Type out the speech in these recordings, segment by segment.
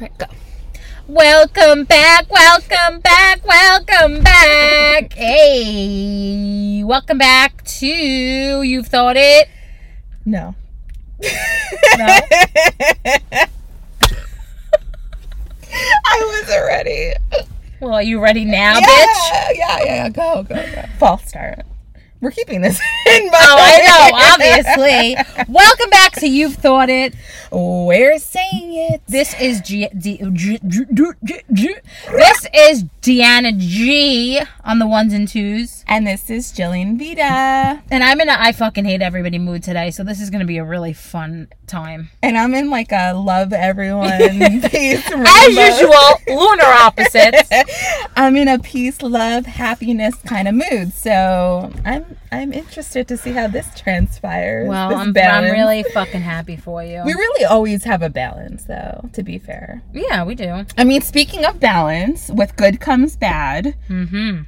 right, go. Welcome back, welcome back, welcome back. Hey, welcome back to You've Thought It. No. No? I wasn't ready. Well, are you ready now, yeah, bitch? Yeah, yeah, go, go, go. False start. We're keeping this in mind. Oh, I know, obviously. Welcome back to You've Thought It. We're saying it. This is G- D- G- G- G- G- G- This is Deanna G on the ones and twos. And this is Jillian Vita. And I'm in a I fucking hate everybody mood today, so this is gonna be a really fun time. And I'm in like a love everyone peace As rainbow. usual, lunar opposites. I'm in a peace, love, happiness kind of mood. So I'm I'm interested to see how this transpires. Well, this I'm, I'm balance. really fucking happy for you. We really always have a balance, though. To be fair, yeah, we do. I mean, speaking of balance, with good comes bad. Mm-hmm.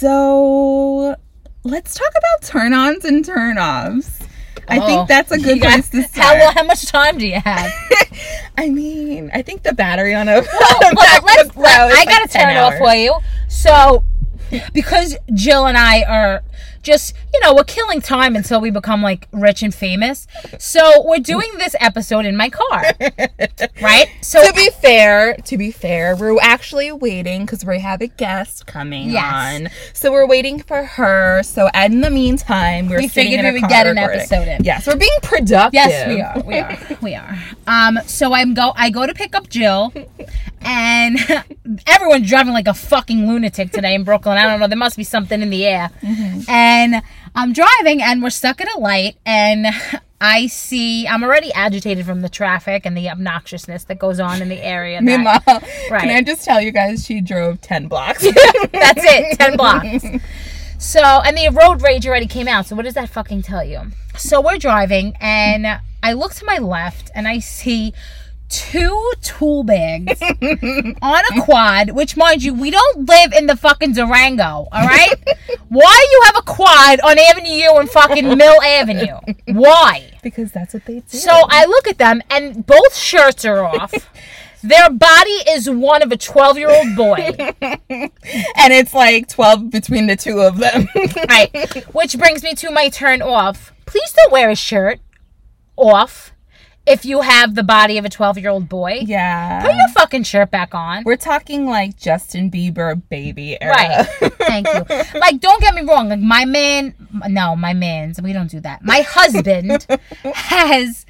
So let's talk about turn-ons and turn-offs. I Oh. think that's a good place to How, start. lo- how much time do you have? I mean, I think the battery on a Well, let's, MacBook Pro I is like got to 10 turn it off hours. for you. So, because Jill and I are just, you know, we're killing time until we become like rich and famous. So, we're doing this episode in my car. right? So, to be fair, to be fair, we're actually waiting because we have a guest coming Yes. on. So we're waiting for her. So in the meantime, we're We sitting figured in we a would car get an recording. episode in. Yes, we're being productive. Yes, we are. We are. We are. Um, so I'm go. I go to pick up Jill, and everyone's driving like a fucking lunatic today in Brooklyn. I don't know. There must be something in the air. And I'm driving, and we're stuck at a light, and I see. I'm already agitated from the traffic and the obnoxiousness that goes on in the area. that- Meanwhile, Right. can I just tell you guys she drove ten blocks? that's it. Ten blocks. So, and the road rage already came out. So, what does that fucking tell you? So, we're driving, and I look to my left, and I see two tool bags on a quad. Which, mind you, we don't live in the fucking Durango. All right, why you have a quad on Avenue U and fucking Mill Avenue? Why? because that's what they do. So I look at them, and both shirts are off. Their body is one of a twelve-year-old boy. and it's like twelve between the two of them. right. Which brings me to my turn off. Please don't wear a shirt off if you have the body of a 12 year old boy. Put yeah. your fucking shirt back on. We're talking like Justin Bieber baby era. Right. Thank you. Like, don't get me wrong. Like, my man, no, my man's, we don't do that. My husband has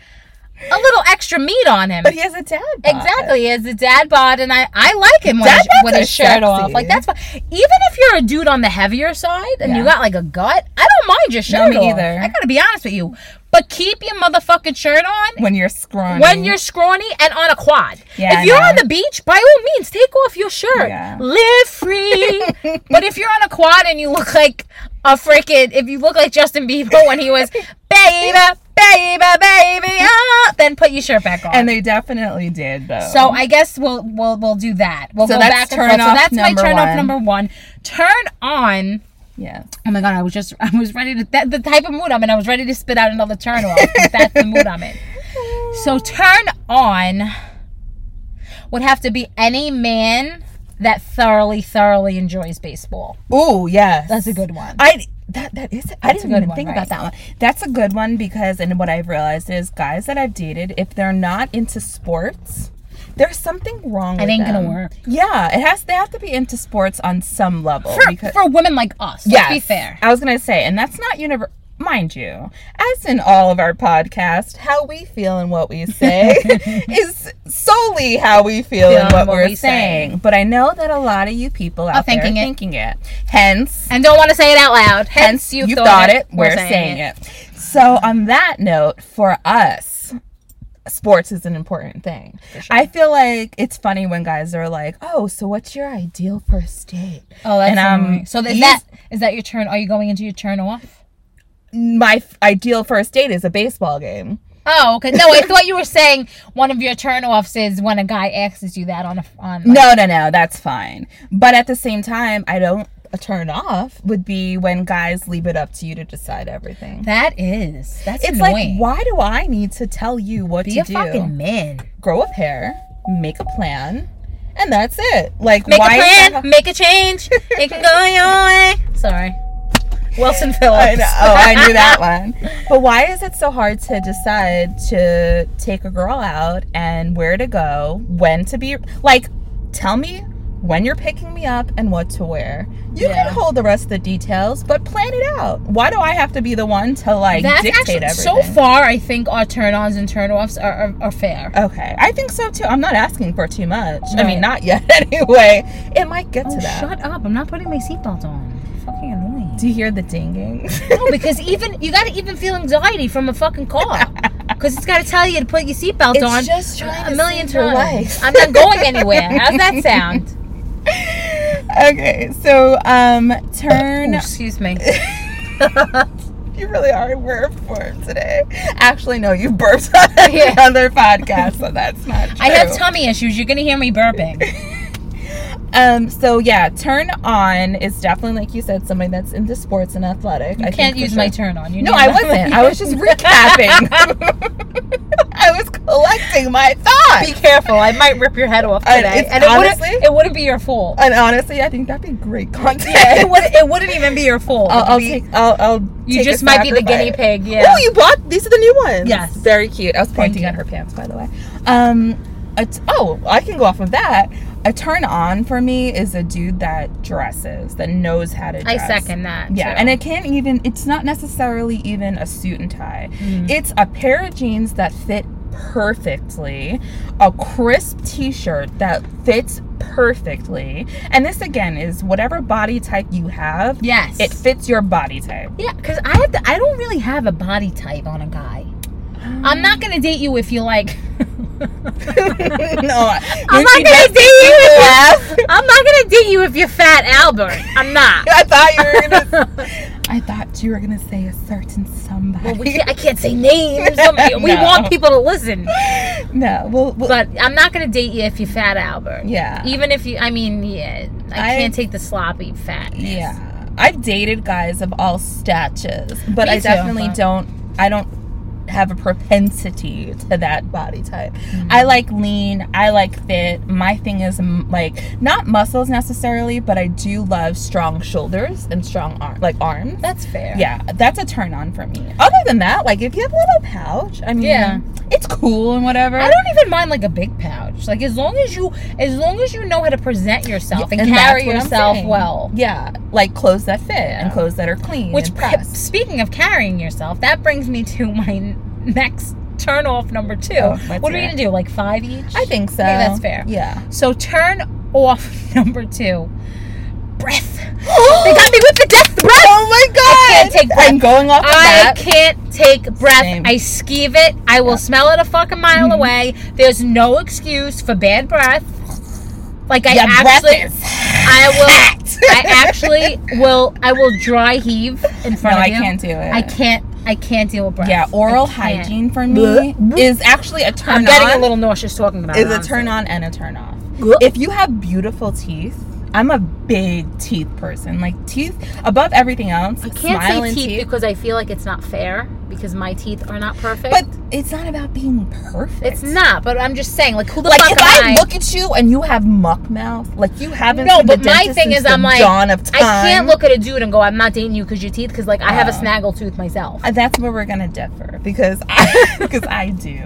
a little extra meat on him. But he has a dad. bod. Exactly, as a dad bod, and I, I like him when Dad his, bods with are his shirt off. sexy. Like that's fine. Even if you're a dude on the heavier side and you Yeah. got like a gut, I don't mind your shirt me off. either. I gotta be honest with you, but keep your motherfucking shirt on When you're scrawny. when you're scrawny and on a quad. Yeah, if I you're on know. the beach, by all means, take off your shirt. Yeah. Live free. but if you're on a quad and you look like a freaking, if you look like Justin Bieber when he was baby, baby, baby, ah, then put your shirt back on. And they definitely did though. So I guess we'll we'll we'll do that. We'll Um, So go that's back and turn forth. So off that's my number turn off one. number one. Turn on. yeah. Oh my god! I was just I was ready to that, the type of mood I'm in. I was ready to spit out another turn off. but that's the mood I'm in. So turn on would have to be any man that thoroughly thoroughly enjoys baseball. Oh yes. That's a good one. I that that is I didn't good even one, think right? about that one. That's a good one because and what I've realized is guys that I've dated, if they're not into sports, there's something wrong with ain't gonna them. work. Yeah, it has they have to be into sports on some level For, because for women like us, let's be Yes. fair. I was gonna say, and that's not univer mind you, as in all of our podcast, how we feel and what we say is solely how we feel Feel and what, we're saying. But I know that a lot of you people out there Oh, thinking thinking it. are thinking it. Hence And don't want to say it out loud. Hence, hence you, you, thought, it, we're saying, it. So on that note, for us Sports is an important thing. I feel like it's funny when guys are like, "Oh, so what's your ideal first date?" Oh, that's And, um, annoying. so. Is eas- that is that your turn? Are you going into your turn off? my f- ideal first date is a baseball game. Oh, okay. No, I thought you were saying one of your turnoffs is when a guy asks you that on a on. like- No, no, no, that's fine. But at the same time, I don't a turn off would be when guys leave it up to you to decide everything. That is. That's it's annoying. like, why do I need to tell you what Be to a do? fucking man. Grow a pair. make a plan, and that's it. Like, Make why a is plan, that- make a change. It can go your way. Sorry. Wilson Phillips. I know. Oh, I knew that one. But why is it so hard to decide to take a girl out and where to go, when to be like, tell me when you're picking me up and what to wear. You Yeah. can hold the rest of the details, but plan it out. Why do I have to be the one to like That's dictate actually so everything? far. I think our turn-ons and turn-offs are, are, are fair. Okay, I think so too. I'm not asking for too much. I Right. mean, not yet anyway. It might get Oh, to that. shut up! I'm not putting my seatbelt on. Fucking annoying. Do you hear the dinging? No, because even you gotta even feel anxiety from a fucking car, because it's gotta tell you to put your seatbelt It's on just trying a to million save your times. life. I'm not going anywhere. How's that sound? okay, so um, turn. Ooh, excuse me. You really are a word for it today. Actually, no, you burped on Yeah. another podcast, so that's not true. I have tummy issues. You're gonna hear me burping. um, so yeah, turn on is definitely like you said, somebody that's into sports and athletic. I I can't think for use my sure. turn on. You No, know I that. wasn't. I was just recapping. I was collecting my Be thoughts. careful. I might rip your head off I- today, it's and it wouldn't. honestly- It wouldn't be your fault. And honestly, I think that'd be great content. it would. It wouldn't even be your fault. I'll, I'll It'd be- take. I'll. I'll You take a just might be the sacrifice. guinea pig. Yeah. Oh, you bought these are the new ones. Yes. very cute. I was pointing you. at her pants, by the way. Um, a t- oh, I can go off of that. A turn on for me is a dude that dresses, that knows how to I dress. second that. Yeah, too. and it can't even. It's not necessarily even a suit and tie. It's a pair of jeans that fit perfectly, a crisp T-shirt that fits perfectly, and this again is whatever body type you have. yes, It fits your body type. Yeah, because I have to, I don't really have a body type on a guy. I'm not gonna date you if you like. no, I'm not gonna date you. If you I'm not gonna date you if you're fat, Albert. I'm not. I thought you were gonna. I thought you were gonna say a certain somebody. Well, we can't, I can't say names. Somebody, We No. want people to listen, no, well, well but I'm not gonna date you if you're fat, Albert. Yeah. Even if you, I mean, yeah, I, I- can't take the sloppy fat. yeah. I've dated guys of all statures, but Me I too, definitely but- don't. I don't have a propensity to that body type. I like lean. I like fit. My thing is mm, like not muscles necessarily, but I do love strong shoulders and strong arm, like arms. That's fair. Yeah, that's a turn on for me. Other than that, like if you have a little pouch, I mean, Yeah. it's cool and whatever. I don't even mind like a big pouch. Like as long as you, as long as you know how to present yourself and, that's carry what I'm yourself saying. well. Yeah, like clothes that fit and clothes that are clean. Which, and pre- pressed. speaking of carrying yourself, that brings me to my n- next turn off number two. Oh, let's what are we hear it. gonna do? Like five each? I think so. I think that's fair. Yeah. So turn off number two. Breath. they got me with the death breath. Oh my can't god! take breath. I'm going off of I that. can't take breath. Same. Mm-hmm. I skeeve it. I will smell it a fucking mile away. There's no excuse for bad breath. Like I Your breath actually, is I will. I actually will. I will dry heave in No, front of I you. can't do it. I can't. I can't deal with breath. Yeah, oral I can't. hygiene for me Bleh. is actually a turn I'm getting on. a little nauseous talking about is it. a turn on and a turn off. Good. If you have beautiful teeth, I'm a big teeth person. Like teeth above everything else. I can't smile say and teeth, because I feel like it's not fair because my teeth are not perfect. But it's not about being perfect. it's not. But I'm just saying, like, who the Like fuck if am I, look at you and you have muck mouth, like you haven't. No, seen the but my dentist thing since is, the I'm like, dawn of I time. can't look at a dude and go, "I'm not dating you because your teeth," because like I have a Oh. snaggle tooth myself. Uh, That's where we're gonna differ because I because I do.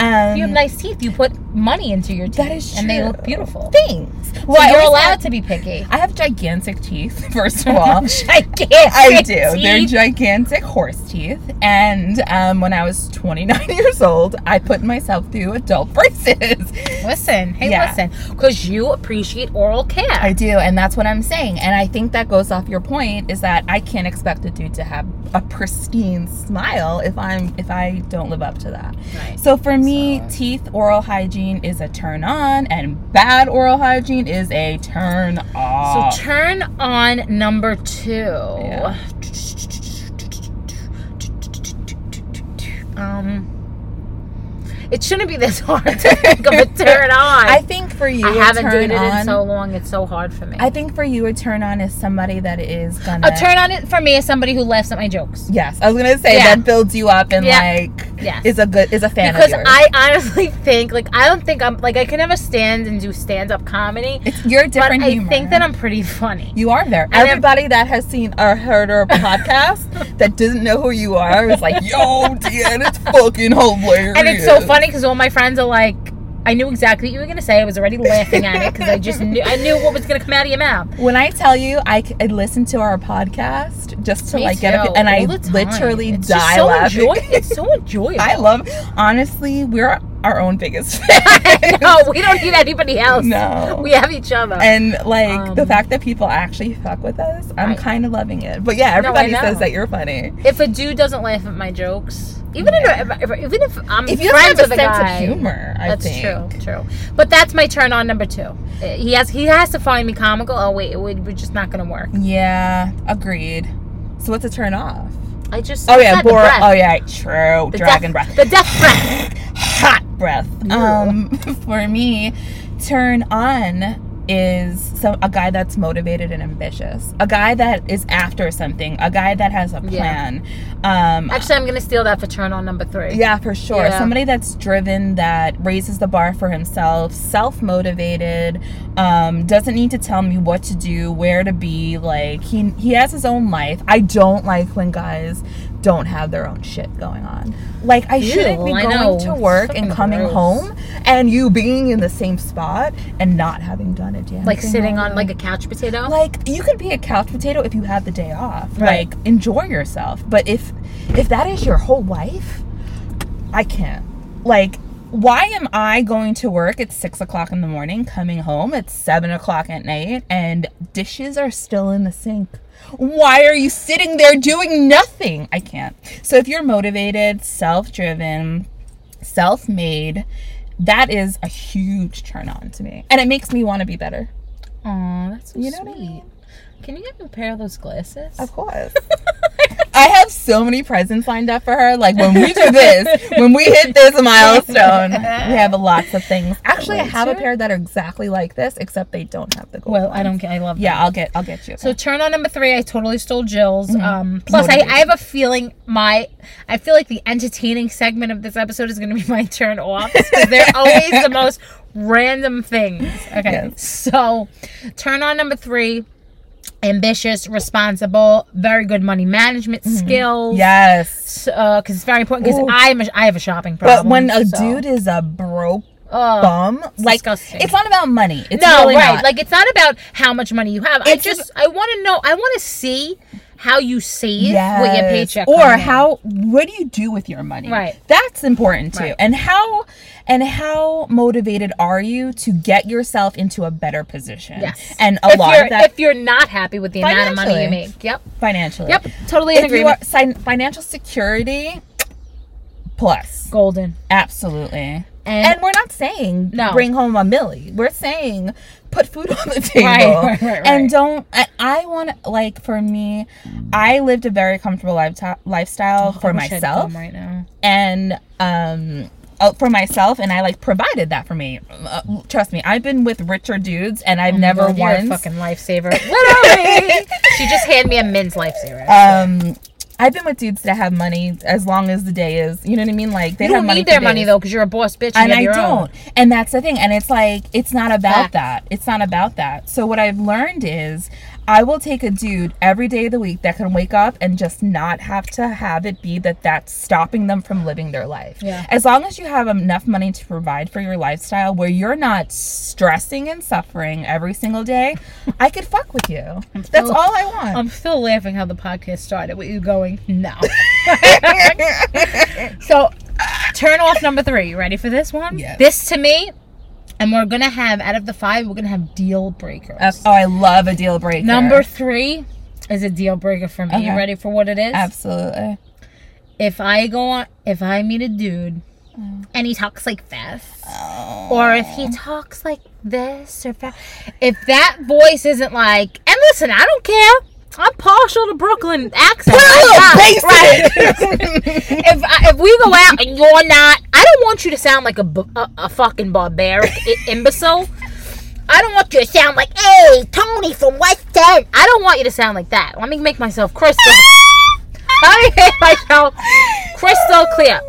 Um, you have nice teeth. You put money into your teeth, That is and they true. look beautiful. things. So I you're always allowed have- to be picky. I have gigantic teeth. First of all, Gigantic I do. They're teeth. gigantic horse teeth. And um, when I was 29 years old, I put myself through adult braces. Listen, hey, Yeah. listen, because you appreciate oral care. I do, and that's what I'm saying. And I think that goes off your point is that I can't expect a dude to have a pristine smile if I'm if I don't live up to that. Right. So for me, teeth oral hygiene is a turn on, and bad oral hygiene is a turn off. So turn on number two. Ah. Yeah. Um, it shouldn't be this hard to think of a turn on. I think for for you, I a haven't turn dated in on- so long. It's so hard for me. I think for you, a turn on is somebody that is gonna. a turn on it for me is somebody who laughs at my jokes. Yes, I was gonna say Yeah. that builds you up and Yeah. like Yes. is a good is a fan Because of yours. I honestly think, like, I don't think I'm, like, I can never stand and do stand up comedy. it's your But different I humor. think that I'm pretty funny. You are there. I'm- Everybody that has seen or heard our podcast that doesn't know who you are is like, yo, Deanne, it's fucking hilarious. And it's so funny because all my friends are like, I knew exactly what you were gonna say. I was already laughing at it because I just knew I knew what was gonna come out of your mouth. When I tell you, I, c- I listen to our podcast just to Me like get too, a, and I all the time. literally it's just die so laughing. enjoy- it's so enjoyable. I love. Honestly, we're our own biggest fan. No, we don't need anybody else. No. we have each other. And like the Um, fact that people actually fuck with us, I'm I- kind of loving it. But yeah, No, I everybody know. says that you're funny. if a dude doesn't laugh at my jokes, even if, if even if I'm If you friends have a with a sense guy, of humor, I that's think. true, true. But that's my turn on number two. Uh, He has he has to find me comical. Oh wait, it would, we're just not gonna work. Yeah, agreed. So what's a turn off? I just Oh it's yeah, not the bore. breath. Oh yeah, true. The Dragon death- breath, The death breath. hot breath. Um, for me, turn on is some a guy that's motivated and ambitious, a guy that is after something, a guy that has a Yeah. plan. Um, Actually, I'm gonna steal that for turn on number three. Yeah, for sure. Yeah. Somebody that's driven, that raises the bar for himself, self motivated, um, doesn't need to tell me what to do, where to be. Like he he has his own life. I don't like when guys don't have their own shit going on. Like I shouldn't be I going know. to It's work and fucking coming gross. home and you being in the same spot and not having done it yet. Like sitting on like a couch potato. like you could be a couch potato if you have the day off Right. like enjoy yourself but if if that is your whole life i can't like why am i going to work at six o'clock in the morning coming home at seven o'clock at night and dishes are still in the sink why are you sitting there doing nothing i can't so if you're motivated self-driven self-made that is a huge turn on to me and it makes me want to be better Aw, that's so You you know know what I sweet. Can you get me a pair of those glasses? Of course. I have so many presents lined up for her. Like when we do this, when we hit this milestone, we have lots of things. Actually, I have a Sure. pair that are exactly like this, except they don't have the gold. well, I ones. don't. ca- I love. Yeah, I'll get. I'll get you. So turn on number three. I totally stole Jill's. Mm-hmm. Um, plus, I, Motivated. I have a feeling my I feel like the entertaining segment of this episode is going to be my turn off because they're always the most random things. Okay, Yes. so turn on number three. Ambitious, responsible, very good money management Mm-hmm. skills. yes. because uh, it's very important. Because Ooh. I'm a, I have a shopping problem. Oh. But when a so- dude is a broke Ugh. bum, like disgusting. it's not about money. It's no, really right? not. Like it's not about how much money you have. It's I just I want to know. I want to see how you save with your Yes. paycheck or comes in. how what do you do with your money Right. that's important too Right. and how and how motivated are you to get yourself into a better position Yes. and a if lot you're, of that If you're not happy with the amount of money you Financially. make, yep, financially yep, totally in if you agreement. are sin- financial security plus Golden. absolutely and, And- we're not saying No. bring home a millie we're saying put food on the table Right, right, right, right. and don't I, I want like for me i lived a very comfortable lifeti- lifestyle for I wish I'd myself come right now. and um uh, for myself and i like provided that for me uh, trust me i've been with richer dudes and i've never Girl, Mm-hmm. You're a once fucking lifesaver. Literally. she just handed me a men's lifesaver. um i've been with dudes that have money as long as the day is you know what i mean like they you don't have money need for their money days. though, because you're a boss bitch. and you have i your don't Own. and that's the thing and it's like it's not about Facts. that it's not about that so what i've learned is i will take a dude every day of the week that can wake up and just not have to have it be that that's stopping them from living their life Yeah. as long as you have enough money to provide for your lifestyle where you're not stressing and suffering every single day i could fuck with you that's all i want I'm still laughing how the podcast started with you going, no. so, turn off number three. You ready for this one? Yes. This to me, and we're going to have, out of the five, we're going to have deal breakers. Uh, oh i love a deal breaker Number three is a deal breaker for me. Okay. You ready for what it is? absolutely If I go on, if I meet a dude and he talks like this, or if he talks like this, or fa- if that voice isn't like, and listen, I don't care. I'm partial to Brooklyn accent. I- if I, if we go out and you're not, I don't want you to sound like a b- a- a fucking barbaric i- imbecile. I don't want you to sound like, hey, Tony from West End. I don't want you to sound like that. Let me make myself crystal. Let me make myself crystal clear.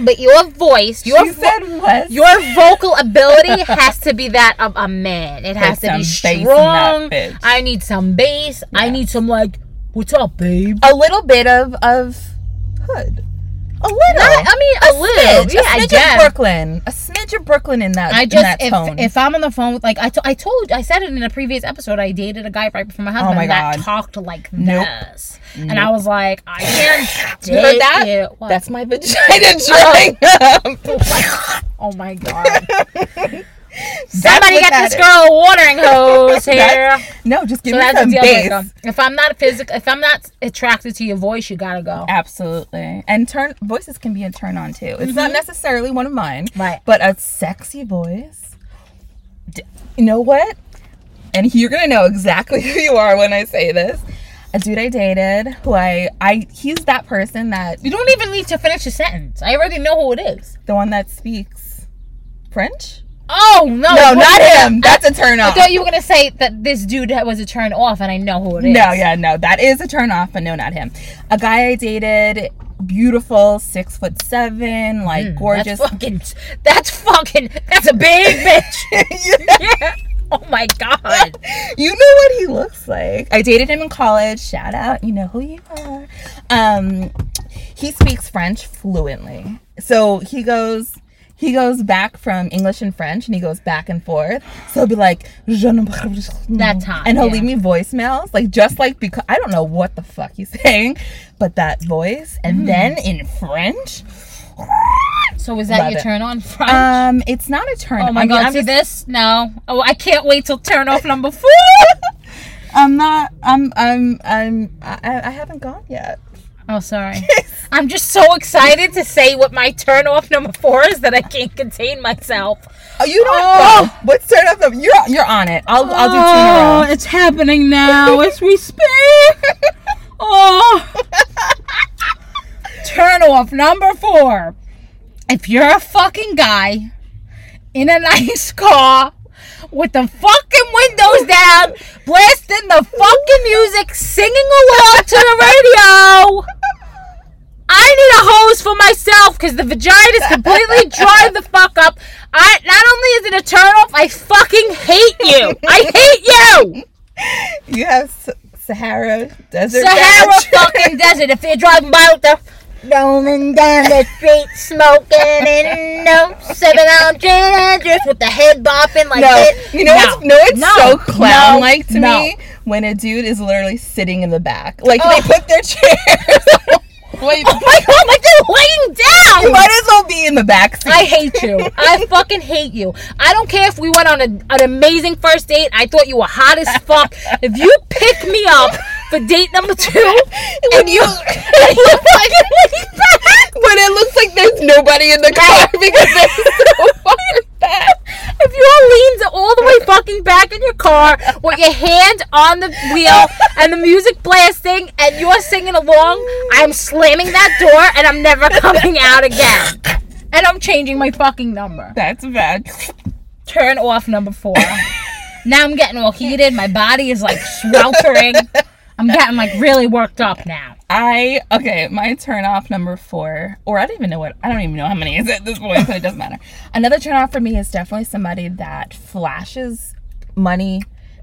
But your voice, your she vo- said West. your vocal ability has to be that of a man. It has to Put be some bass in that strong. bitch. I need some bass. I need some like, what's up, babe? a little bit of of hood. A little. Not- I mean, a, little. smidge, yeah, a I smidge guess. of Brooklyn. A smidge of Brooklyn in that. I in just that if, tone. if I'm on the phone with like I to- I told I said it in a previous episode I dated a guy right before my husband Oh my that God. talked like Nope. this and I was like I can't you heard date that? you. What? That's my vagina drying up. oh my god what somebody get that this is. girl a watering hose here No, just give so me that's a some deal breaker bass. if I'm not physical if I'm not attracted to your voice you gotta go Absolutely, and turn voices can be a turn on too. It's not necessarily one of mine, Mm-hmm. Right. But a sexy voice. D- you know what? And you're gonna know exactly who you are when I say this. A dude I dated, who I I he's that person that you don't even need to finish a sentence I already know who it is the one that speaks French. oh no No, what- not him. That's a turn I off. thought you were gonna say that this dude was a turn off and I know who it is No, yeah, no, that is a turn off, but no, not him. A guy I dated, beautiful, six foot seven, like gorgeous. Hmm, That's fucking. That's fucking. That's a big bitch. yeah. Oh my god. you know what he looks like. I dated him in college. Shout out, you know who you are. Um, he speaks French fluently, so he goes. He goes back from English and French, and he goes back and forth. So he'll be like, "Je ne parle pas." That's hot, and he'll yeah. leave me voicemails, like just like because I don't know what the fuck he's saying, but that voice, Hmm. and then in French. So was that Love your it. turn on French? Um, it's not a turn. oh my I mean, god. I'm see just- this? No. Oh, I can't wait till turn off number four. I'm not. I'm. I'm. I'm. I, I haven't gone yet. Oh, sorry. I'm just so excited to say what my turn off number four is that I can't contain myself. Oh, you don't. Oh. know. What's turn up? You're. You're on it. I'll. I'll do two in a row. it's happening now as we speak. Oh. Turn off number four. If you're a fucking guy in a nice car with the fucking windows down, blasting the fucking music, singing along to the radio. I need a hose for myself because the vagina is completely dry the fuck up. I not only is it a turn off, I fucking hate you. I hate you. You have S- Sahara desert. Sahara Desert. fucking desert. If you're driving by with the rolling down the street, smoking and no sipping on gin and juice with the head bopping like No, this. you know it's no, it's so clown like to no. me when a dude is literally sitting in the back, like Oh. they put their chairs. Wait, Oh my god, like they're you laying down. might as well be in the back seat. I hate you. I fucking hate you. I don't care if we went on a, an amazing first date. I thought you were hot as fuck. If you pick me up for date number two, when you, and you fucking leave back. when it looks like there's nobody in the car because there's so far back. If you all leaned all the way fucking back in your car with your hand on the wheel and the music blasting and you're singing along, I'm slamming that door and I'm never coming out again. And I'm changing my fucking number. That's bad. Turn off number four. Now I'm getting all heated. My body is like sweltering. I'm getting like really worked up now. I okay, my turn off number four, or I don't even know what I don't even know how many is at this point, so it doesn't matter. Another turn off for me is definitely somebody that flashes money,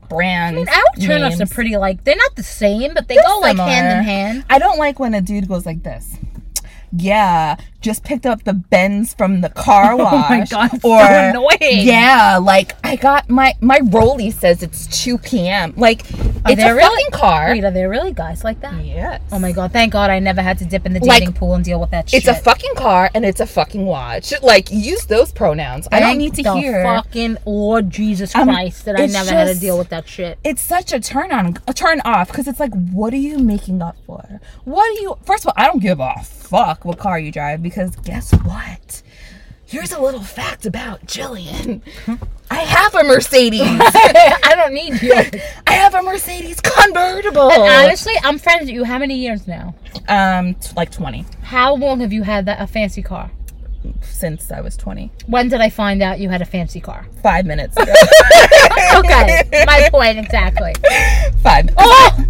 brands. Our turnoffs are names. pretty like they're not the same, but they go like hand in hand. I don't like when a dude goes like this. Yeah, just picked up the bends from the car wash. Oh God, it's so annoying. Yeah, like I got my my rollie says it's two p.m. Like it's they a really- fucking car. Wait, are there really guys like that? Yes. Oh my god, thank god I never had to dip in the Like, dating pool and deal with that shit. It's a fucking car and it's a fucking watch. Like use those pronouns. I don't Thank need to the hear. fucking Lord Jesus Um, Christ that I it's never had to just- deal with that shit. It's such a turn on, a turn off because it's like, what are you making up for? What are you? First of all, I don't give a fuck what car you drive because guess what? Here's a little fact about Jillian. I have a Mercedes. I don't need you. I have a Mercedes convertible. Honestly, I'm friends with you. How many years now? um, t- like twenty. How long have you had that a fancy car? since I was 20. When did I find out you had a fancy car? Five minutes ago. Okay, my point exactly. Five. Oh,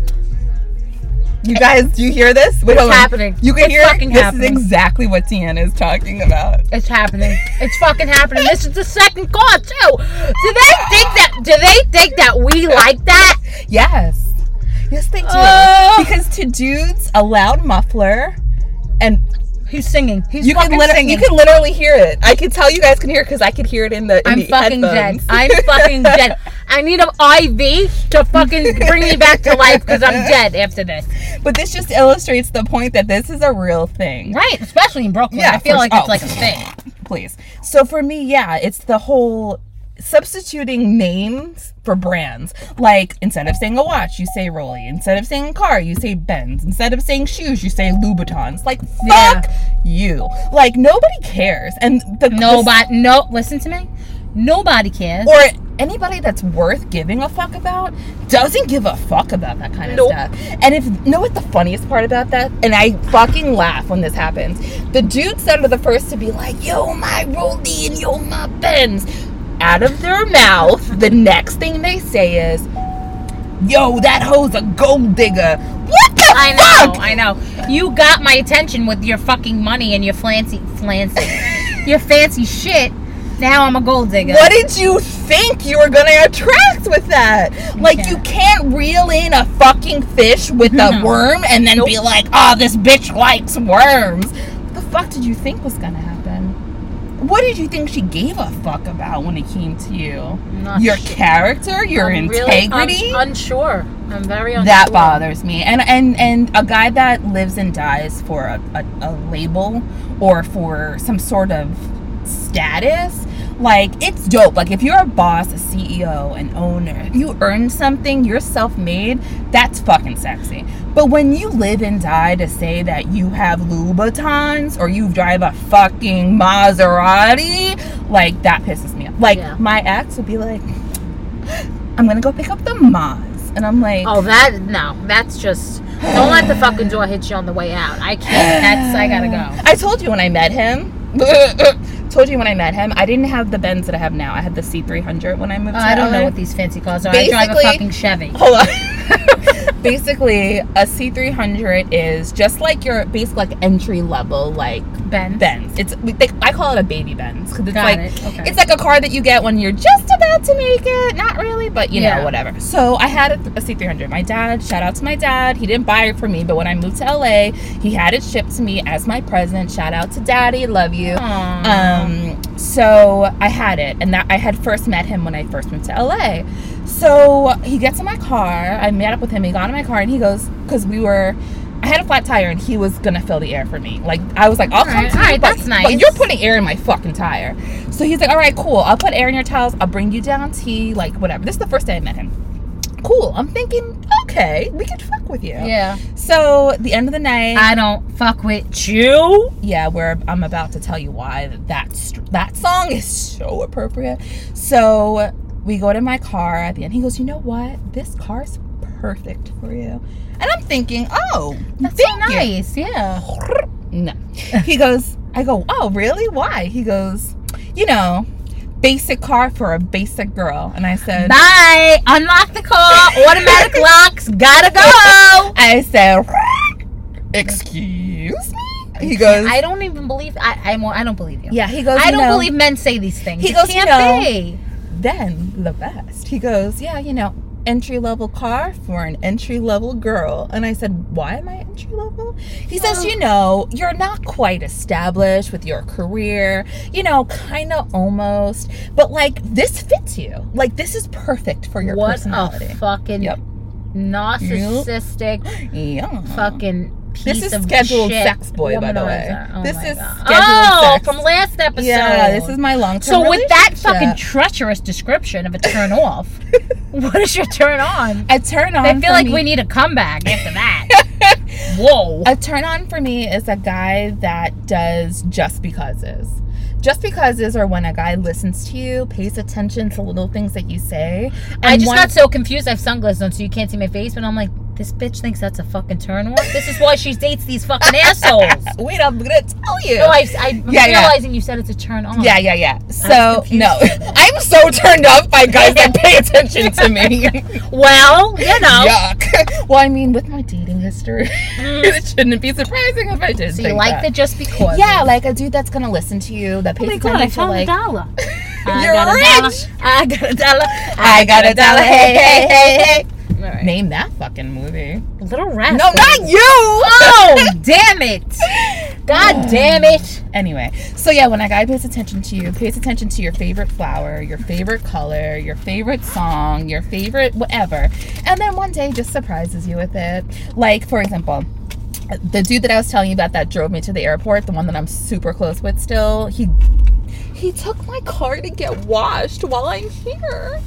You guys, do you hear this? Wait, hold on. happening. You can It's hear it? fucking This happening. is exactly what Tiana is talking about. it's happening. It's fucking happening. This is the second car too. Do they think that? Do they think that we like that? Yes. Yes, they do. Oh. Because to dudes, a loud muffler and He's singing. He's you can, fucking liter- singing. you can literally hear it. I could tell you guys can hear it because I could hear it in the, in I'm the fucking dead. headphones. I'm fucking dead. I need an IV to fucking bring me back to life because I'm dead after this. But this just illustrates the point that this is a real thing. Right, especially in Brooklyn. Yeah, I feel for- like oh. it's like a thing. Please. So for me, yeah, it's the whole substituting names for brands. Like instead of saying a watch, you say Rolly. Instead of saying car, you say Benz. Instead of saying shoes, you say Louboutins. Like fuck Yeah. you. Like nobody cares. And the the- Nobody, no, listen to me. Nobody cares. or anybody that's worth giving a fuck about doesn't give a fuck about that kind of Nope. stuff. And if know what the funniest part about that? And I fucking laugh when this happens. The dudes that are the first to be like, "Yo, my Rolly and yo, my Benz," out of their mouth, the next thing they say is, "Yo, that hoe's a gold digger." What the I know, fuck? I know. You got my attention with your fucking money and your flancy, flancy, your fancy shit. Now I'm a gold digger. What did you think you were gonna attract with that? Like you can't reel in a fucking fish with a No. worm and then be like, oh this bitch likes worms. The fuck did you think was gonna happen? What did you think she gave a fuck about when it came to you? Not your shit. character, your I'm really integrity? un- unsure. I'm very unsure. that bothers me and and and a guy that lives and dies for a, a, a label or for some sort of status like it's dope like if you're a boss a ceo an owner you earn something you're self-made that's fucking sexy but when you live and die to say that you have louboutins or you drive a fucking maserati like that pisses me off like Yeah. my ex would be like i'm gonna go pick up the maz and i'm like Oh, that no. That's just don't let the fucking door hit you on the way out. I can't. That's I gotta go. I told you when I met him. told you when I met him, I didn't have the Benz that I have now. I had the C300 when I moved. Uh, to I don't LA. know what these fancy cars are. I drive a Basically- fucking Chevy. Hold on. basically, a C300 is just like your basic like entry level like Ben. Benz. It's we think I call it a baby Benz because it's Got like it. Okay. it's like a car that you get when you're just about to make it, not really, but you Yeah. know whatever. So I had a, a C300. My dad, shout out to my dad. He didn't buy it for me, but when I moved to LA, he had it shipped to me as my present. Shout out to Daddy, love you. Aw. Um, so I had it, and that I had first met him when I first moved to LA. So he gets in my car. I met up with him. He got in my car, and he goes because we were. I had a flat tire, and he was gonna fill the air for me. Like I was like, I'll come Alright, to you, alright, but- that's nice. But you're putting air in my fucking tire. So he's like, all right, cool. I'll put air in your tires. I'll bring you down tea, like whatever. This is the first day I met him. Cool. I'm thinking, okay, we could fuck with you. yeah. So the end of the night, I don't fuck with you. yeah, where I'm about to tell you why that that, st- that song is so appropriate. So we go to my car at the end. He goes, "You know what? This car's perfect for you." And I'm thinking, "Oh, That's so thank you." nice. Yeah. No. He goes, "I go, oh, really? Why?" He goes, "You know, basic car for a basic girl." And I said, Bye. Unlock the car. Automatic locks. Gotta go. "I said, excuse me." He goes, I don't even believe. I I, won't- I don't believe you. "Yeah." He goes, I "You don't know, believe men say these things. He It goes, you can't know, be. then the best. He goes, Yeah, you know, entry level car for an entry level girl. And I said, Why am I entry level? He says, Oh. You know, you're not quite established with your career, you know, kind of almost, but like this fits you. Like this is perfect for your What personality. a fucking Yep. narcissistic yeah. fucking piece This is of scheduled shit sex boy, by the way. womanizer. Oh This my is God. scheduled oh, sex. from last episode. Yeah, this is my long term. So with that fucking treacherous description of a turn off, what is your turn on? a turn on. I feel for like me- we need a comeback after that. Whoa. A turn on for me is a guy that does just becauses. Just becauses are when a guy listens to you, pays attention to little things that you say. I and just one- got so confused. I have sunglasses on, so you can't see my face. But I'm like, This bitch thinks that's a fucking turn on. This is why she dates these fucking assholes. Wait, I'm gonna tell you. No, I, I, am Yeah, yeah. realizing you said it's a turn on. Oh, yeah, yeah, yeah. So confused no, I'm so turned off by guys that pay attention to me. Well, you know. Yuck. Well, I mean, with my dating history, it shouldn't be surprising if I did. So you think like that. the just because? Yeah, like a dude that's gonna listen to you, that Oh pays my god! I attention to found a like. dollar. I You're got a dollar. rich. I got a dollar. I got a dollar. Hey, hey, hey, All hey. right. Name that fucking movie. Little rascal. No, not you. Oh, damn it! God damn it! Anyway, so yeah, when a guy pays attention to you, pays attention to your favorite flower, your favorite color, your favorite song, your favorite whatever, and then one day just surprises you with it. Like, for example, the dude that I was telling you about that drove me to the airport, the one that I'm super close with still, he he took my car to get washed while I'm here.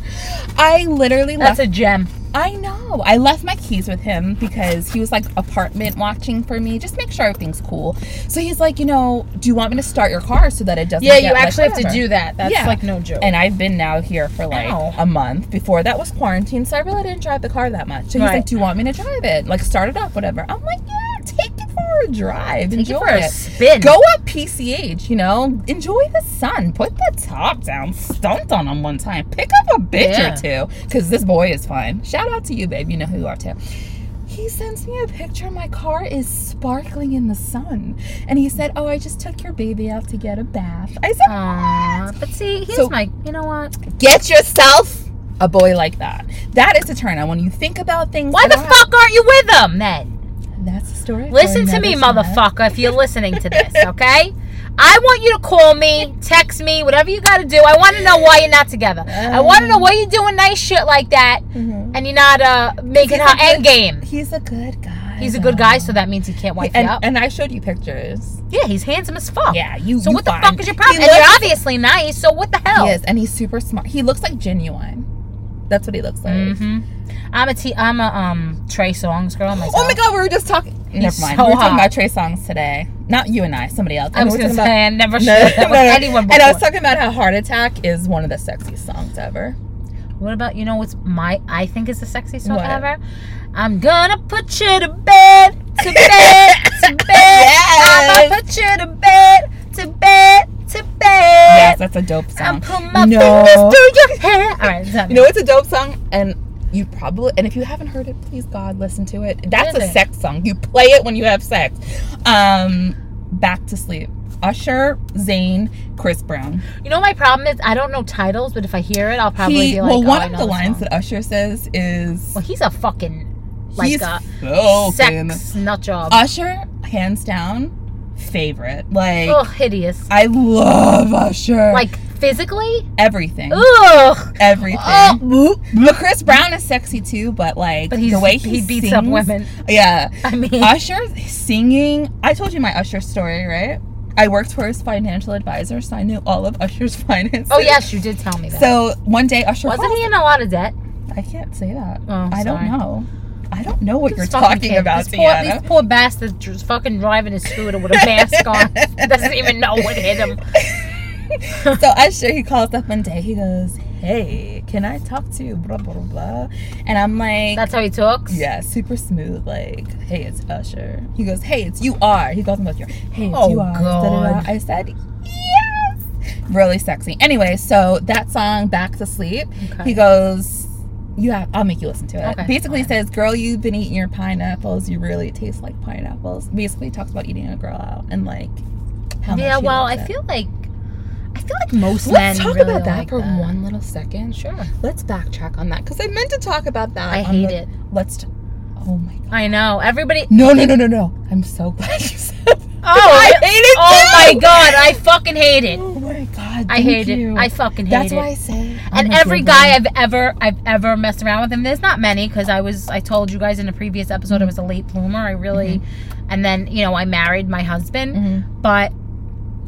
I literally That's left a gem. I know. I left my keys with him because he was like apartment watching for me, just make sure everything's cool. So he's like, you know, do you want me to start your car so that it doesn't? Yeah, get, you like, actually have to whatever?" do that. That's Yeah. like no joke. And I've been now here for like Ow. a month. Before that was quarantine, so I really didn't drive the car that much. So he's Right. like, do you want me to drive it? Like start it up, whatever. I'm like, yeah, take it for a drive, Take it enjoy for a spin. Go up PCH, you know, enjoy the sun, put the top down, stunt on him one time, pick up a bitch Yeah. or two too, because this boy is fine. Shout out to you, babe. You know who you are too. He sends me a picture. My car is sparkling in the sun, and he said, "Oh, I just took your baby out to get a bath." I said, Aw, but see, here's So- my. You know what? "Get yourself a boy like that." That is a turn on when you think about things. Why the that are- fuck aren't you with them then? That's the story. for Listen to me, another time. motherfucker, if you're listening to this, okay? I want you to call me, text me, whatever you gotta do. I wanna know why you're not together. Um. I wanna know why you're doing nice shit like that Mhm. and you're not uh, making her end game. He's a good guy. He's a good guy, though. so that means he can't wipe And, you up. and I showed you pictures. yeah, he's handsome as fuck. Yeah, you. So you what the fine. fuck is your He problem? And looks- you're obviously nice, so what the hell? He is, and he's super smart. He looks like genuine. That's what he looks like. hmm I'm a T. I'm a um Trey Songz girl myself. Oh my god, we were just talking. Never mind. so we were talking hot. about Trey Songs today. Not you and I, somebody else. I And was we gonna were say talking I never about- shared that with No, no, no. anyone before. And I was talking about how Heart Attack is one of the sexiest songs ever. What about you know what's my I think is the sexiest song What? ever? I'm gonna put you to bed, to bed, to bed. I'm gonna put you to bed, to bed, to bed. Yes, that's a dope I'm song. put my No. fingers through your hair. All right, done. You know it's a dope song, and you probably and if you haven't heard it, please God, listen to it. That's Is a it? sex song. You play it when you have sex. Um, Back to Sleep. Usher, Zayn, Chris Brown. you know my problem is I don't know titles, but if I hear it, I'll probably he, be like, well, oh, one I of know the this lines song. that Usher says is Well, he's a fucking like he's a so famous. sex nut job. Usher, hands down, favorite. Like Ugh, hideous. I love Usher. Like physically, everything, ugh. everything. Oh, But Chris Brown is sexy too. But like But he's the way he, he, beats up sings- women. Yeah, I mean, Usher singing. I told you my Usher story, right? I worked for his financial advisor, so I knew all of Usher's finances. oh yes, you did tell me that. So one day Usher Wasn't called- he in a lot of debt? I can't say that. Oh, I sorry. don't know. I don't know what This you're fucking talking kid. about, This poor, Deanna. these poor bastard dr- fucking driving his scooter with a mask on. Doesn't even know what hit him. so Usher, he calls up one day. He goes, "Hey, can I talk to you?" Blah blah blah. blah." And I'm like, That's how he talks. "Yeah, super smooth." Like, "Hey, it's Usher." He goes, "Hey, it's you are." He calls him Usher. Hey, it's Oh, you are. God. I said, "Yes." Really sexy. Anyway, so that song, "Back to Sleep," Okay. he goes. You have, I'll make you listen to it. Okay, Basically, fine. says, "Girl, you've been eating your pineapples. You really taste like pineapples." Basically, talks about eating a girl out and like how much. Yeah. he Well, loves I it. feel like I feel like most men. Let's talk really about that like for one little second. Sure. Let's backtrack on that because I meant to talk about that. I on hate the- it. Let's. T- oh my god. I know. Everybody. No, no, no, no, no. I'm so glad you said. That. Oh. I hate it. oh too! my god. I fucking hate it. Oh my god. I thank hate you. it. I fucking hate That's it. why I Oh say. I'm and a every giver. guy I've ever I've ever messed around with, and there's not many because I was I told you guys in a previous Mm-hmm. episode I was a late bloomer. I really, and then you know I married my husband, Mhm. but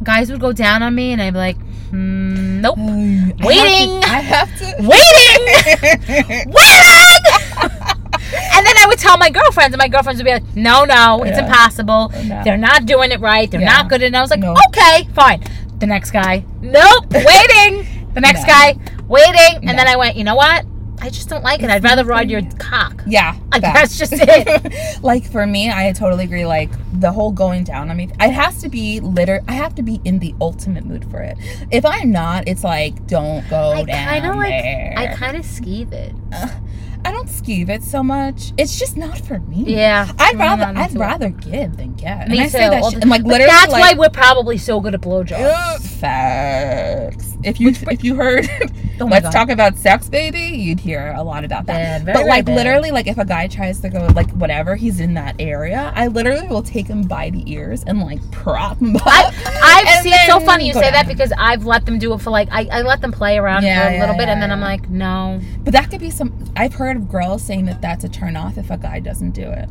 guys would go down on me, and I'd be like, mm, nope, Oh, Waiting. I have to. waiting, I have to- waiting. And then I would tell my girlfriends, and my girlfriends would be like, "No, no, it's Yeah. impossible. No. They're not doing it right. They're Yeah. not good." And I was like, No. "Okay, fine." The next guy, nope, waiting. The next No. guy, waiting. And No. then I went, "You know what? I just don't like it. I'd rather ride your cock. Yeah. Like, that. that's just it. like for me, I totally agree. Like the whole going down. I mean, it has to be litter. I have to be in the ultimate mood for it. If I'm not, it's like don't go I down kind of like. there. I kind of skeeve it. I don't skeeve it so much. It's just not for me. Yeah. I'd No, rather no, me I'd too. rather give than get. Me and I too, say that all shit, the- and like But literally that's like, why we're probably so good at blowjobs. Ugh, Facts. If you if you heard, Oh my let's God. talk about sex, baby. You'd hear a lot about Bad, that. very, but like very bad. literally, like if a guy tries to go like whatever, he's in that area. I literally will take him by the ears and like prop him up. I, I've and seen it's so then funny you go say that down. because I've let them do it for like I, I let them play around Yeah, for a yeah, little bit yeah, and then I'm yeah. like no But that could be some. I've heard of girls saying that that's a turn off if a guy doesn't do it.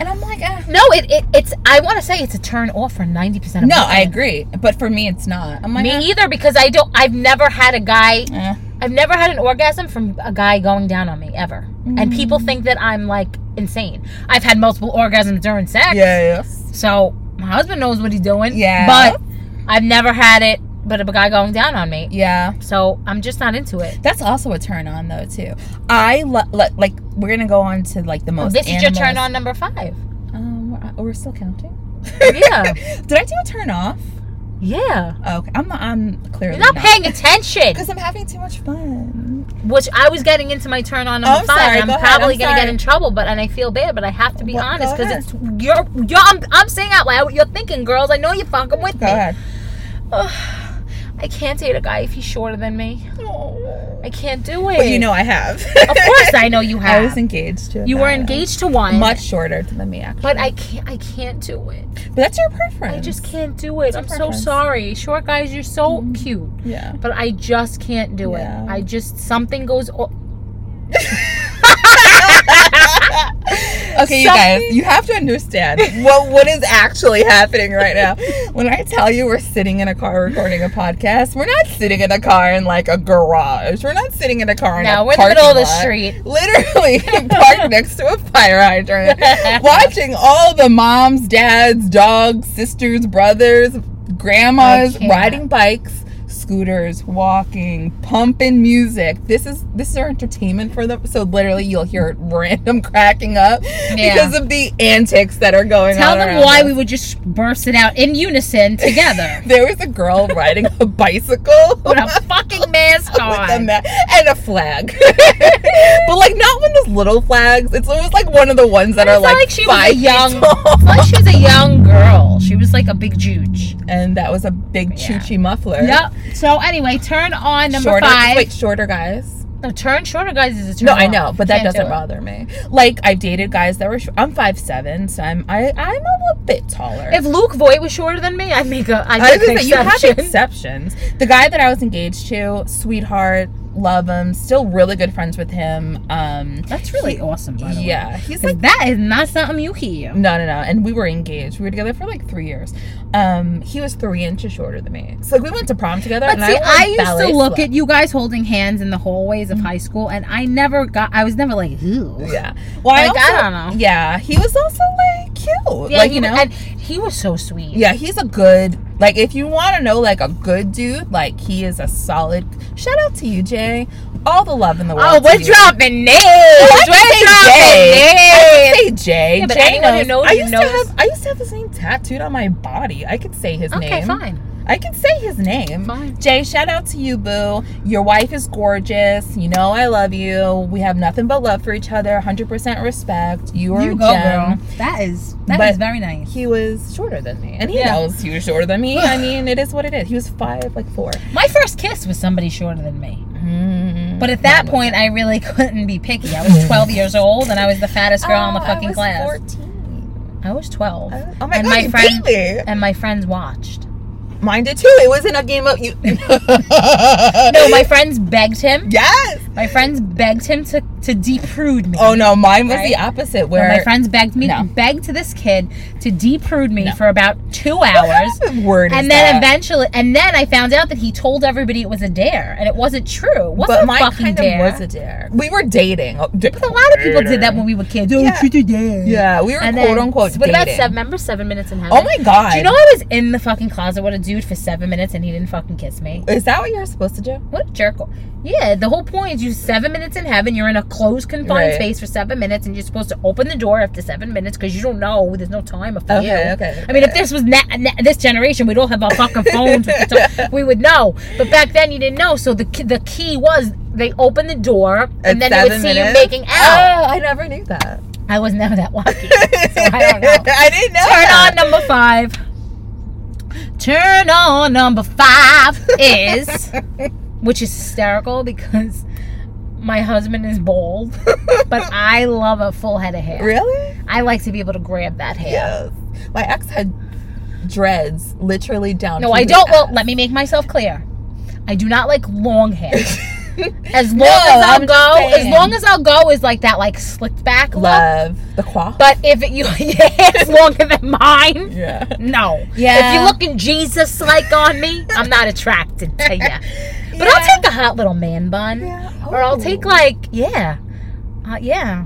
And I'm like, eh. no it, it it's I want to say it's a turn off for ninety percent of no, women. I agree. But for me, it's not. I'm like, me eh, either because I don't I've never had a guy eh. I've never had an orgasm from a guy going down on me ever and people Mm. think that I'm like insane I've had multiple orgasms during sex yeah, so my husband knows what he's doing Yeah. but I've never had it but a guy going down on me yeah. so I'm just not into it That's also a turn on though too. I lo- lo- like we're gonna go on to like the most. Oh, this is your animals- turn on number five Um, we're- we're, still counting. Yeah. Did I do a turn off? Oh, yeah. Okay, I'm not. I'm clearly You're not paying attention, because I'm having too much fun. which I was getting into my turn on number Oh, I'm five. sorry, and go I'm ahead, probably I'm gonna get sorry. in trouble, but and I feel bad, but I have to be Well, go honest because it's you're you're I'm, I'm saying out loud what you're thinking, girls. I know you're fucking with Go me. ahead. I can't date a guy if he's shorter than me. I can't do it. But you know I have. of course I know you I was have. engaged to. a you were guy. engaged to one, Much shorter than me, actually. but I can't. I can't do it. But that's your preference. I just can't do it. a I'm so preference. sorry. Short guys, you're so cute, Yeah. but I just can't do Mm-hmm. Yeah. it. I just something goes. O- Okay, you guys, you have to understand what what is actually happening right now. When I tell you we're sitting in a car recording a podcast, we're not sitting in a car in like a garage. We're not sitting in a car. In No, a we're in the middle of the parking lot. street. Literally parked next to a fire hydrant, watching all the moms, dads, dogs, sisters, brothers, grandmas I can't. riding bikes. Scooters, walking, pumping music. This is this is our entertainment for them. So literally, you'll hear random cracking up Yeah. because of the antics that are going Tell on. them around why us. we would just burst it out in unison together There was a girl riding a bicycle with a fucking mask with a on. ma- and a flag, but like not one of those little flags. It's almost like one of the ones that are It's not like, like she was a five young- feet tall. Plus, she was a young girl. She was like a big juge. And that was a big Yeah. choochie muffler. Yep. So anyway, turn on number shorter, five. Wait, shorter guys. No, turn shorter guys is a turn. No, I off. know, but Can't that do doesn't it. bother me. Like I've dated guys that were. Sh- I'm five seven, so I'm I I'm a little bit taller. If Luke Voigt was shorter than me, I'd make a I'd I make was an gonna say, you have exception. exceptions. The guy that I was engaged to, sweetheart, love him, still really good friends with him. Um, That's really awesome, by the way. yeah, Mm, he's 'Cause like that is not something you hear. no, no, no, and we were engaged. We were together for like three years. Um, he was three inches shorter than me. So like we went to prom together. But and see, I, wore I used to ballet look slip. at you guys holding hands in the hallways of high school, and I never got. I was never like, ooh. Yeah. Well, Like, I also, don't know. Yeah, he was also like cute. Yeah, like he you know. was, and he was so sweet. yeah, he's a good like if you want to know like a good dude, like he is a solid. Shout out to you, Jay. All the love in the world. Oh, to we're you. Oh, dropping names. I We're dropping names. Hey Jay, Yeah, but Jay anyone who knows. knows I you used knows. to have I used to have his name tattooed on my body. I could say his name. Okay, fine. I can say his name. Fine. Jay, shout out to you, boo. Your wife is gorgeous. You know I love you. We have nothing but love for each other. 100% respect. You are a gem. That is But- very nice. He was shorter than me, and he Yeah. knows he was shorter than me. I mean, it is what it is. He was five, like four. My first kiss was somebody shorter than me, Mm. but at that point, I really couldn't be picky. I was 12 years old, and Oh, I was the fattest girl in the fucking class. Uh, Fourteen. I was 12, I was- oh my And god, my you friend- beat me. and my friends watched. Mine did too. It wasn't a game of you. no, No, my friends begged him. yes. My friends begged him to to deprude me. Oh no, mine was Right? the opposite. No, Where my friends begged me, No. begged this kid to deprude me for about two hours. word is and then that? eventually, and then I found out that he told everybody it was a dare, and it wasn't true. It wasn't but a mine fucking kind dare. of was a dare. We were dating. Oh, da- a lot of people did that when we were kids. Oh, Yeah. it's a dare. Yeah, we were And quote then- unquote. What about dating. seven? Remember seven minutes in heaven? Oh my god. Do you know I was in the fucking closet with a dude for seven minutes and he didn't fucking kiss me? Is that what you're supposed to do? What a jerk! Yeah, the whole point is you you seven minutes in heaven. You're in a closed, confined Right. space for seven minutes, and you're supposed to open the door after seven minutes because you don't know. There's no time for Okay, you. okay, I mean, if okay. this was na- na- this generation, we'd all have our fucking phones. with the time. we would know. But back then, you didn't know. So the key, the key was they opened the door, and At then they would seven see you minutes? making out. Oh, I never knew that. I was never that lucky, so I don't know. I didn't know. Turn that. on number five. Turn on number five is, which is hysterical because my husband is bald, but I love a full head of hair. Really? I like to be able to grab that hair. Yes. My ex had dreads literally down. No, to I his don't. Well, ass. let me make myself clear. I do not like long hair. As long No, as I'll I'm just go, as saying. long as I'll go is like that, like slicked back look. Love the quaff. But if it, you, your hair's longer than mine, yeah. No. Yeah. If you're looking Jesus like on me, I'm not attracted to you. But I'll Yeah. take a hot little man bun. Yeah. Or I'll Oh. take like, yeah. Uh, yeah.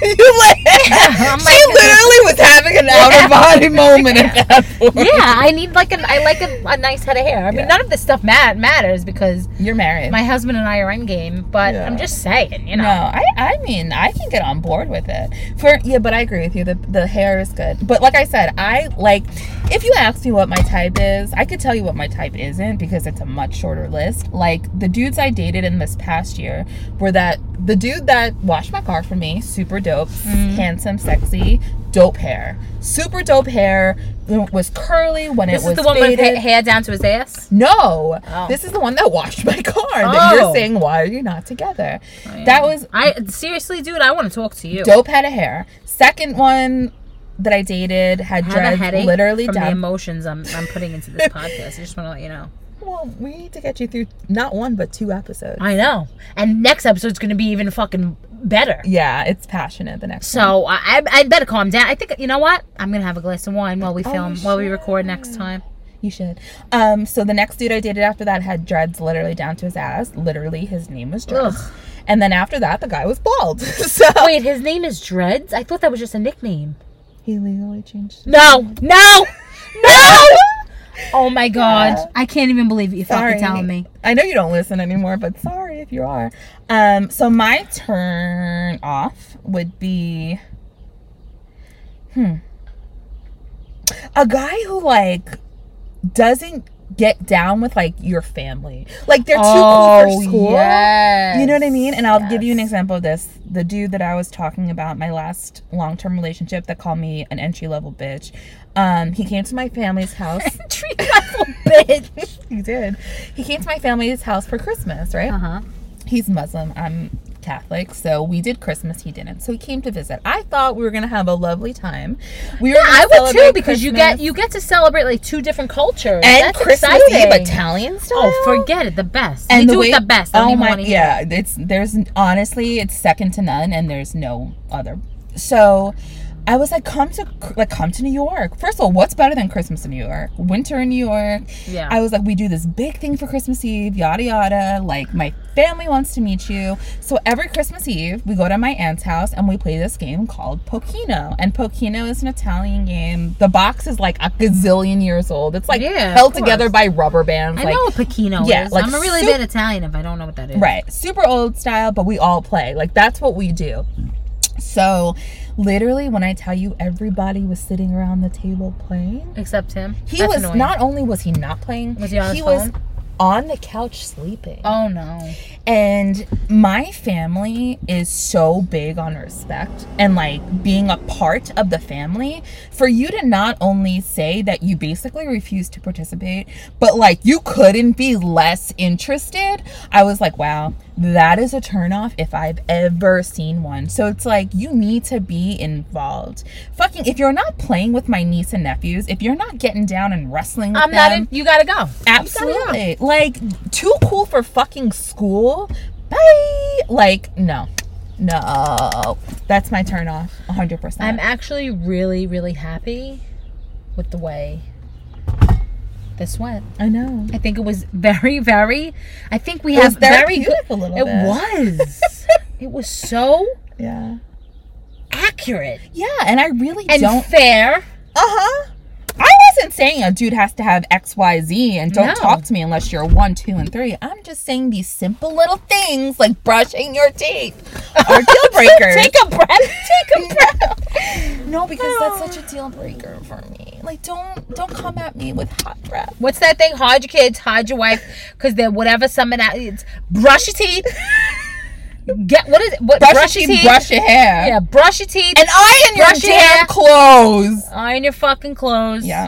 you like, I'm she like- literally was having an out of body moment at that point. Yeah, I need like an I like a, a nice head of hair. I mean, Yeah. none of this stuff mat- matters because You're married. my husband and I are in game. But Yeah. I'm just saying, you no, know. I, I mean I can get on board with it. For yeah, but I agree with you. The the hair is good. But like I said, I like if you ask me what my type is, I could tell you what my type isn't because it's a much shorter list. Like the dudes I dated in this past year were that the dude that washed my car for me, super dope, Mm. handsome, sexy, dope hair. Super dope hair. It was curly when This it was is the one with faded. ha- hair down to his ass. No, Oh. this is the one that washed my car. That Oh. you're saying, why are you not together? That was I seriously, dude, I want to talk to you. dope. Had a hair. Second one that I dated had, I have a dreads headache literally from the down. emotions I'm, I'm putting into this podcast. I just want to let you know. well, we need to get you through not one but two episodes. I know. And next episode's gonna be even fucking better. yeah, it's passionate. The next So I, I I better calm down. I think you know what? I'm gonna have a glass of wine while we film, you while we record next time. one. you should. Um, so the next dude I dated after that had dreads literally down to his ass. Literally, his name was Dreads. Ugh. And then after that, the guy was bald. so Wait, his name is Dreads. I thought that was just a nickname. he legally changed. his No, no, no! name. oh my god, Yeah. I can't even believe you fucking telling me. I know you don't listen anymore, but sorry if you are. Um, so my turn off would be hmm. A guy who like doesn't get down with like your family. Like they're too cool for school. Oh, yes. You know what I mean? And I'll give you an Yes. example of this. The dude that I was talking about, my last long term relationship that called me an entry level bitch. Um, he came to my family's house. Treat level bitch. he did. He came to my family's house for Christmas, right? Uh huh. He's Muslim. I'm Catholic. So we did Christmas. He didn't. So he came to visit. I thought we were going to have a lovely time. We were gonna I would too celebrate because you Christmas get you get to celebrate like two different cultures. and That's Christmas exciting. Eve Italian style. Oh, forget it. The best. And you do it the best. I don't even want to hear. Oh yeah, it's there's honestly it's second to none, and there's no other. So, I was like, come to like come to New York. First of all, what's better than Christmas in New York? Winter in New York. Yeah. I was like, we do this big thing for Christmas Eve, yada yada. Like my family wants to meet you. So every Christmas Eve, we go to my aunt's house and we play this game called Pokino. And Pokino is an Italian game. The box is like a gazillion years old. It's like Yeah, of held together course. by rubber bands. I like, know what Pekino yeah, is. like I'm a really soup- bad Italian if I don't know what that is. Right. Super old style, but we all play. Like that's what we do. So, literally, when I tell you everybody was sitting around the table playing, Except him. he That's was annoying. not only was he not playing, Was he on his was phone? on the couch sleeping. Oh no. And my family is so big on respect and like being a part of the family. For you to not only say that you basically refused to participate, but like you couldn't be less interested, I was like, wow, that is a turnoff if I've ever seen one. So it's like you need to be involved. Fucking, if you're not playing with my niece and nephews, if you're not getting down and wrestling with I'm them, not in you gotta go. Absolutely. Like, too cool for fucking school. Bye. Like, no. No. That's my turn off. 100%. I'm actually really, really happy with the way this went. I know. I think it was very, very I think we It was have very good therapeutic a little It bit. was. it was so Yeah. accurate Yeah, and I really and don't. Uh fair. huh. I was isn't saying a dude has to have X, Y, Z and don't No. talk to me unless you're one, two, and three. I'm just saying these simple little things like brushing your teeth are deal breakers. Take a breath. Take a breath. no, because that's such a deal breaker for me. Like, don't don't come at me with hot breath. What's that thing? Hide your kids, hide your wife, because they're whatever summon out. It's brush your teeth. Get what is it? What Brush, your teeth, brush your hair, Yeah, brush your teeth. and iron your Brush your damn hair. clothes. iron your fucking clothes. Yeah.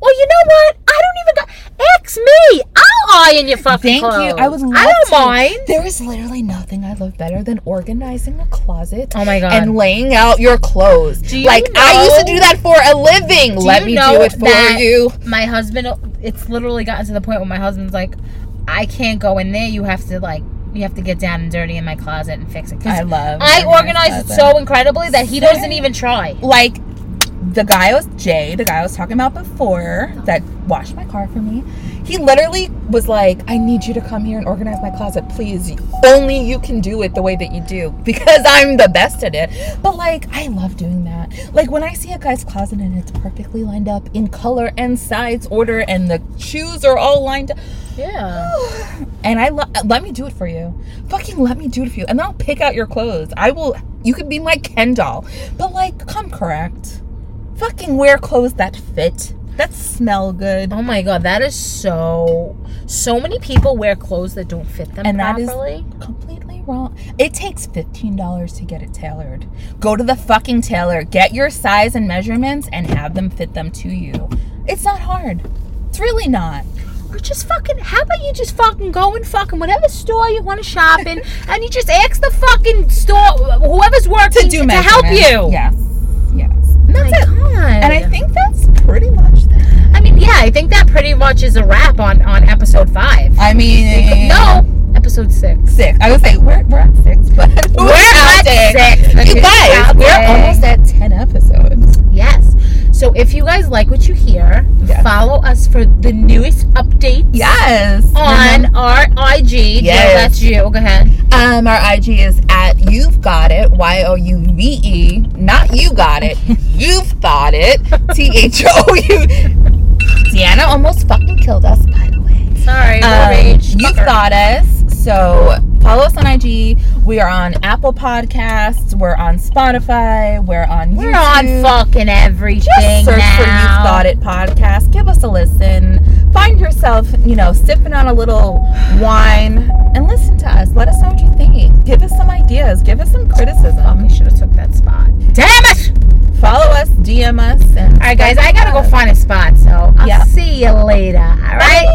Well, you know what? I don't even got. Ask me. I'll iron your fucking Thank clothes. you. I would love I don't to. mind. There is literally nothing I love better than organizing a closet. Oh my God. And laying out your clothes. you like I used to know- do that for a living. Do Let you me know do it for that you. My husband, it's literally gotten to the point where my husband's like, I can't go in there. You have to like, you have to get down and dirty in my closet and fix it. 'Cause I love. I organized organize it closet. so incredibly that he doesn't Same. even try. like the guy was Jay, the guy I was talking about before that washed my car for me. He literally was like, "I need you to come here and organize my closet, please. Only you can do it the way that you do because I'm the best at it." But like, I love doing that. Like when I see a guy's closet and it's perfectly lined up in color and size order, and the shoes are all lined up. Yeah. And I lo- let me do it for you. Fucking let me do it for you. And then I'll pick out your clothes. I will. You could be my Ken doll. But like, come correct. Fucking wear clothes that fit, that smell good. Oh my god, that is so. So many people wear clothes that don't fit them And that is- properly. Completely wrong. It takes fifteen dollars to get it tailored. Go to the fucking tailor. Get your size and measurements, and have them fit them to you. It's not hard. It's really not. or just fucking. How about you just fucking go in fucking whatever store you want to shop in, and you just ask the fucking store whoever's working to, To do to help measurements. you. Yes. Yes. And My that's it. God. And I think that's pretty much that. I mean, yeah, I think that pretty much is a wrap on on episode five. I mean, No, episode six. six. I would say we're, we're at six, but we're, at six. Okay, You guys, we're counting. almost at ten episodes. Yes. So if you guys like what you hear, Yes. follow us for the newest update Yes. on our IG. Yeah, Yes. that's you. Go ahead. Um, our IG is at you've got it. Y o u v e. Not you got it. you've got it. T h o u. Deanna almost fucking killed us. By the way. Sorry, Um, rage. you've got us. So follow us on IG. We are on Apple Podcasts. We're on Spotify. We're on We're YouTube. on fucking everything just search now. for You've Got It podcast. Give us a listen. Find yourself, you know, sipping on a little wine and listen to us. Let us know what you think. Give us some ideas. Give us some Um, criticism. we should have took that spot. Damn it! Follow us, DM us. And All right, guys, I gotta go find a spot, so I'll Yeah. see you later. All right.